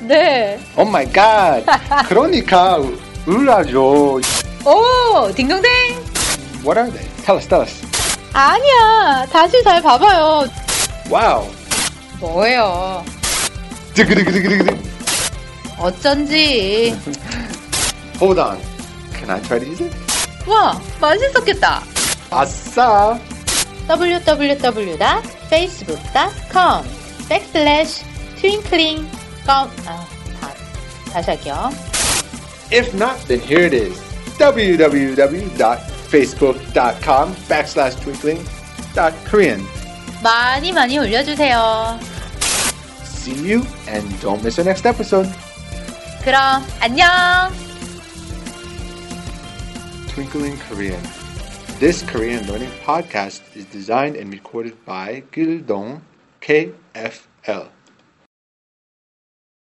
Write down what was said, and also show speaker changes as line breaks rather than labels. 네.
Oh my god. 그러니까 우라죠.
오, 딩동댕.
What are they? Tell us, tell us.
아니야. 다시 잘 봐봐요.
Wow.
뭐예요.
드그드그드그드그.
어쩐지.
Hold on. Can I try to use it?
와, 맛있었겠다.
아싸.
www.facebook.com backslash twinkling.com 아, 다, 다시 할게요.
If not, then here it is. www.facebook.com backslash twinkling dot Korean.
많이 많이 올려주세요.
See you and don't miss our next episode.
그럼 안녕.
Twinkling Korean. This Korean learning podcast is designed and recorded by Gildong KFL.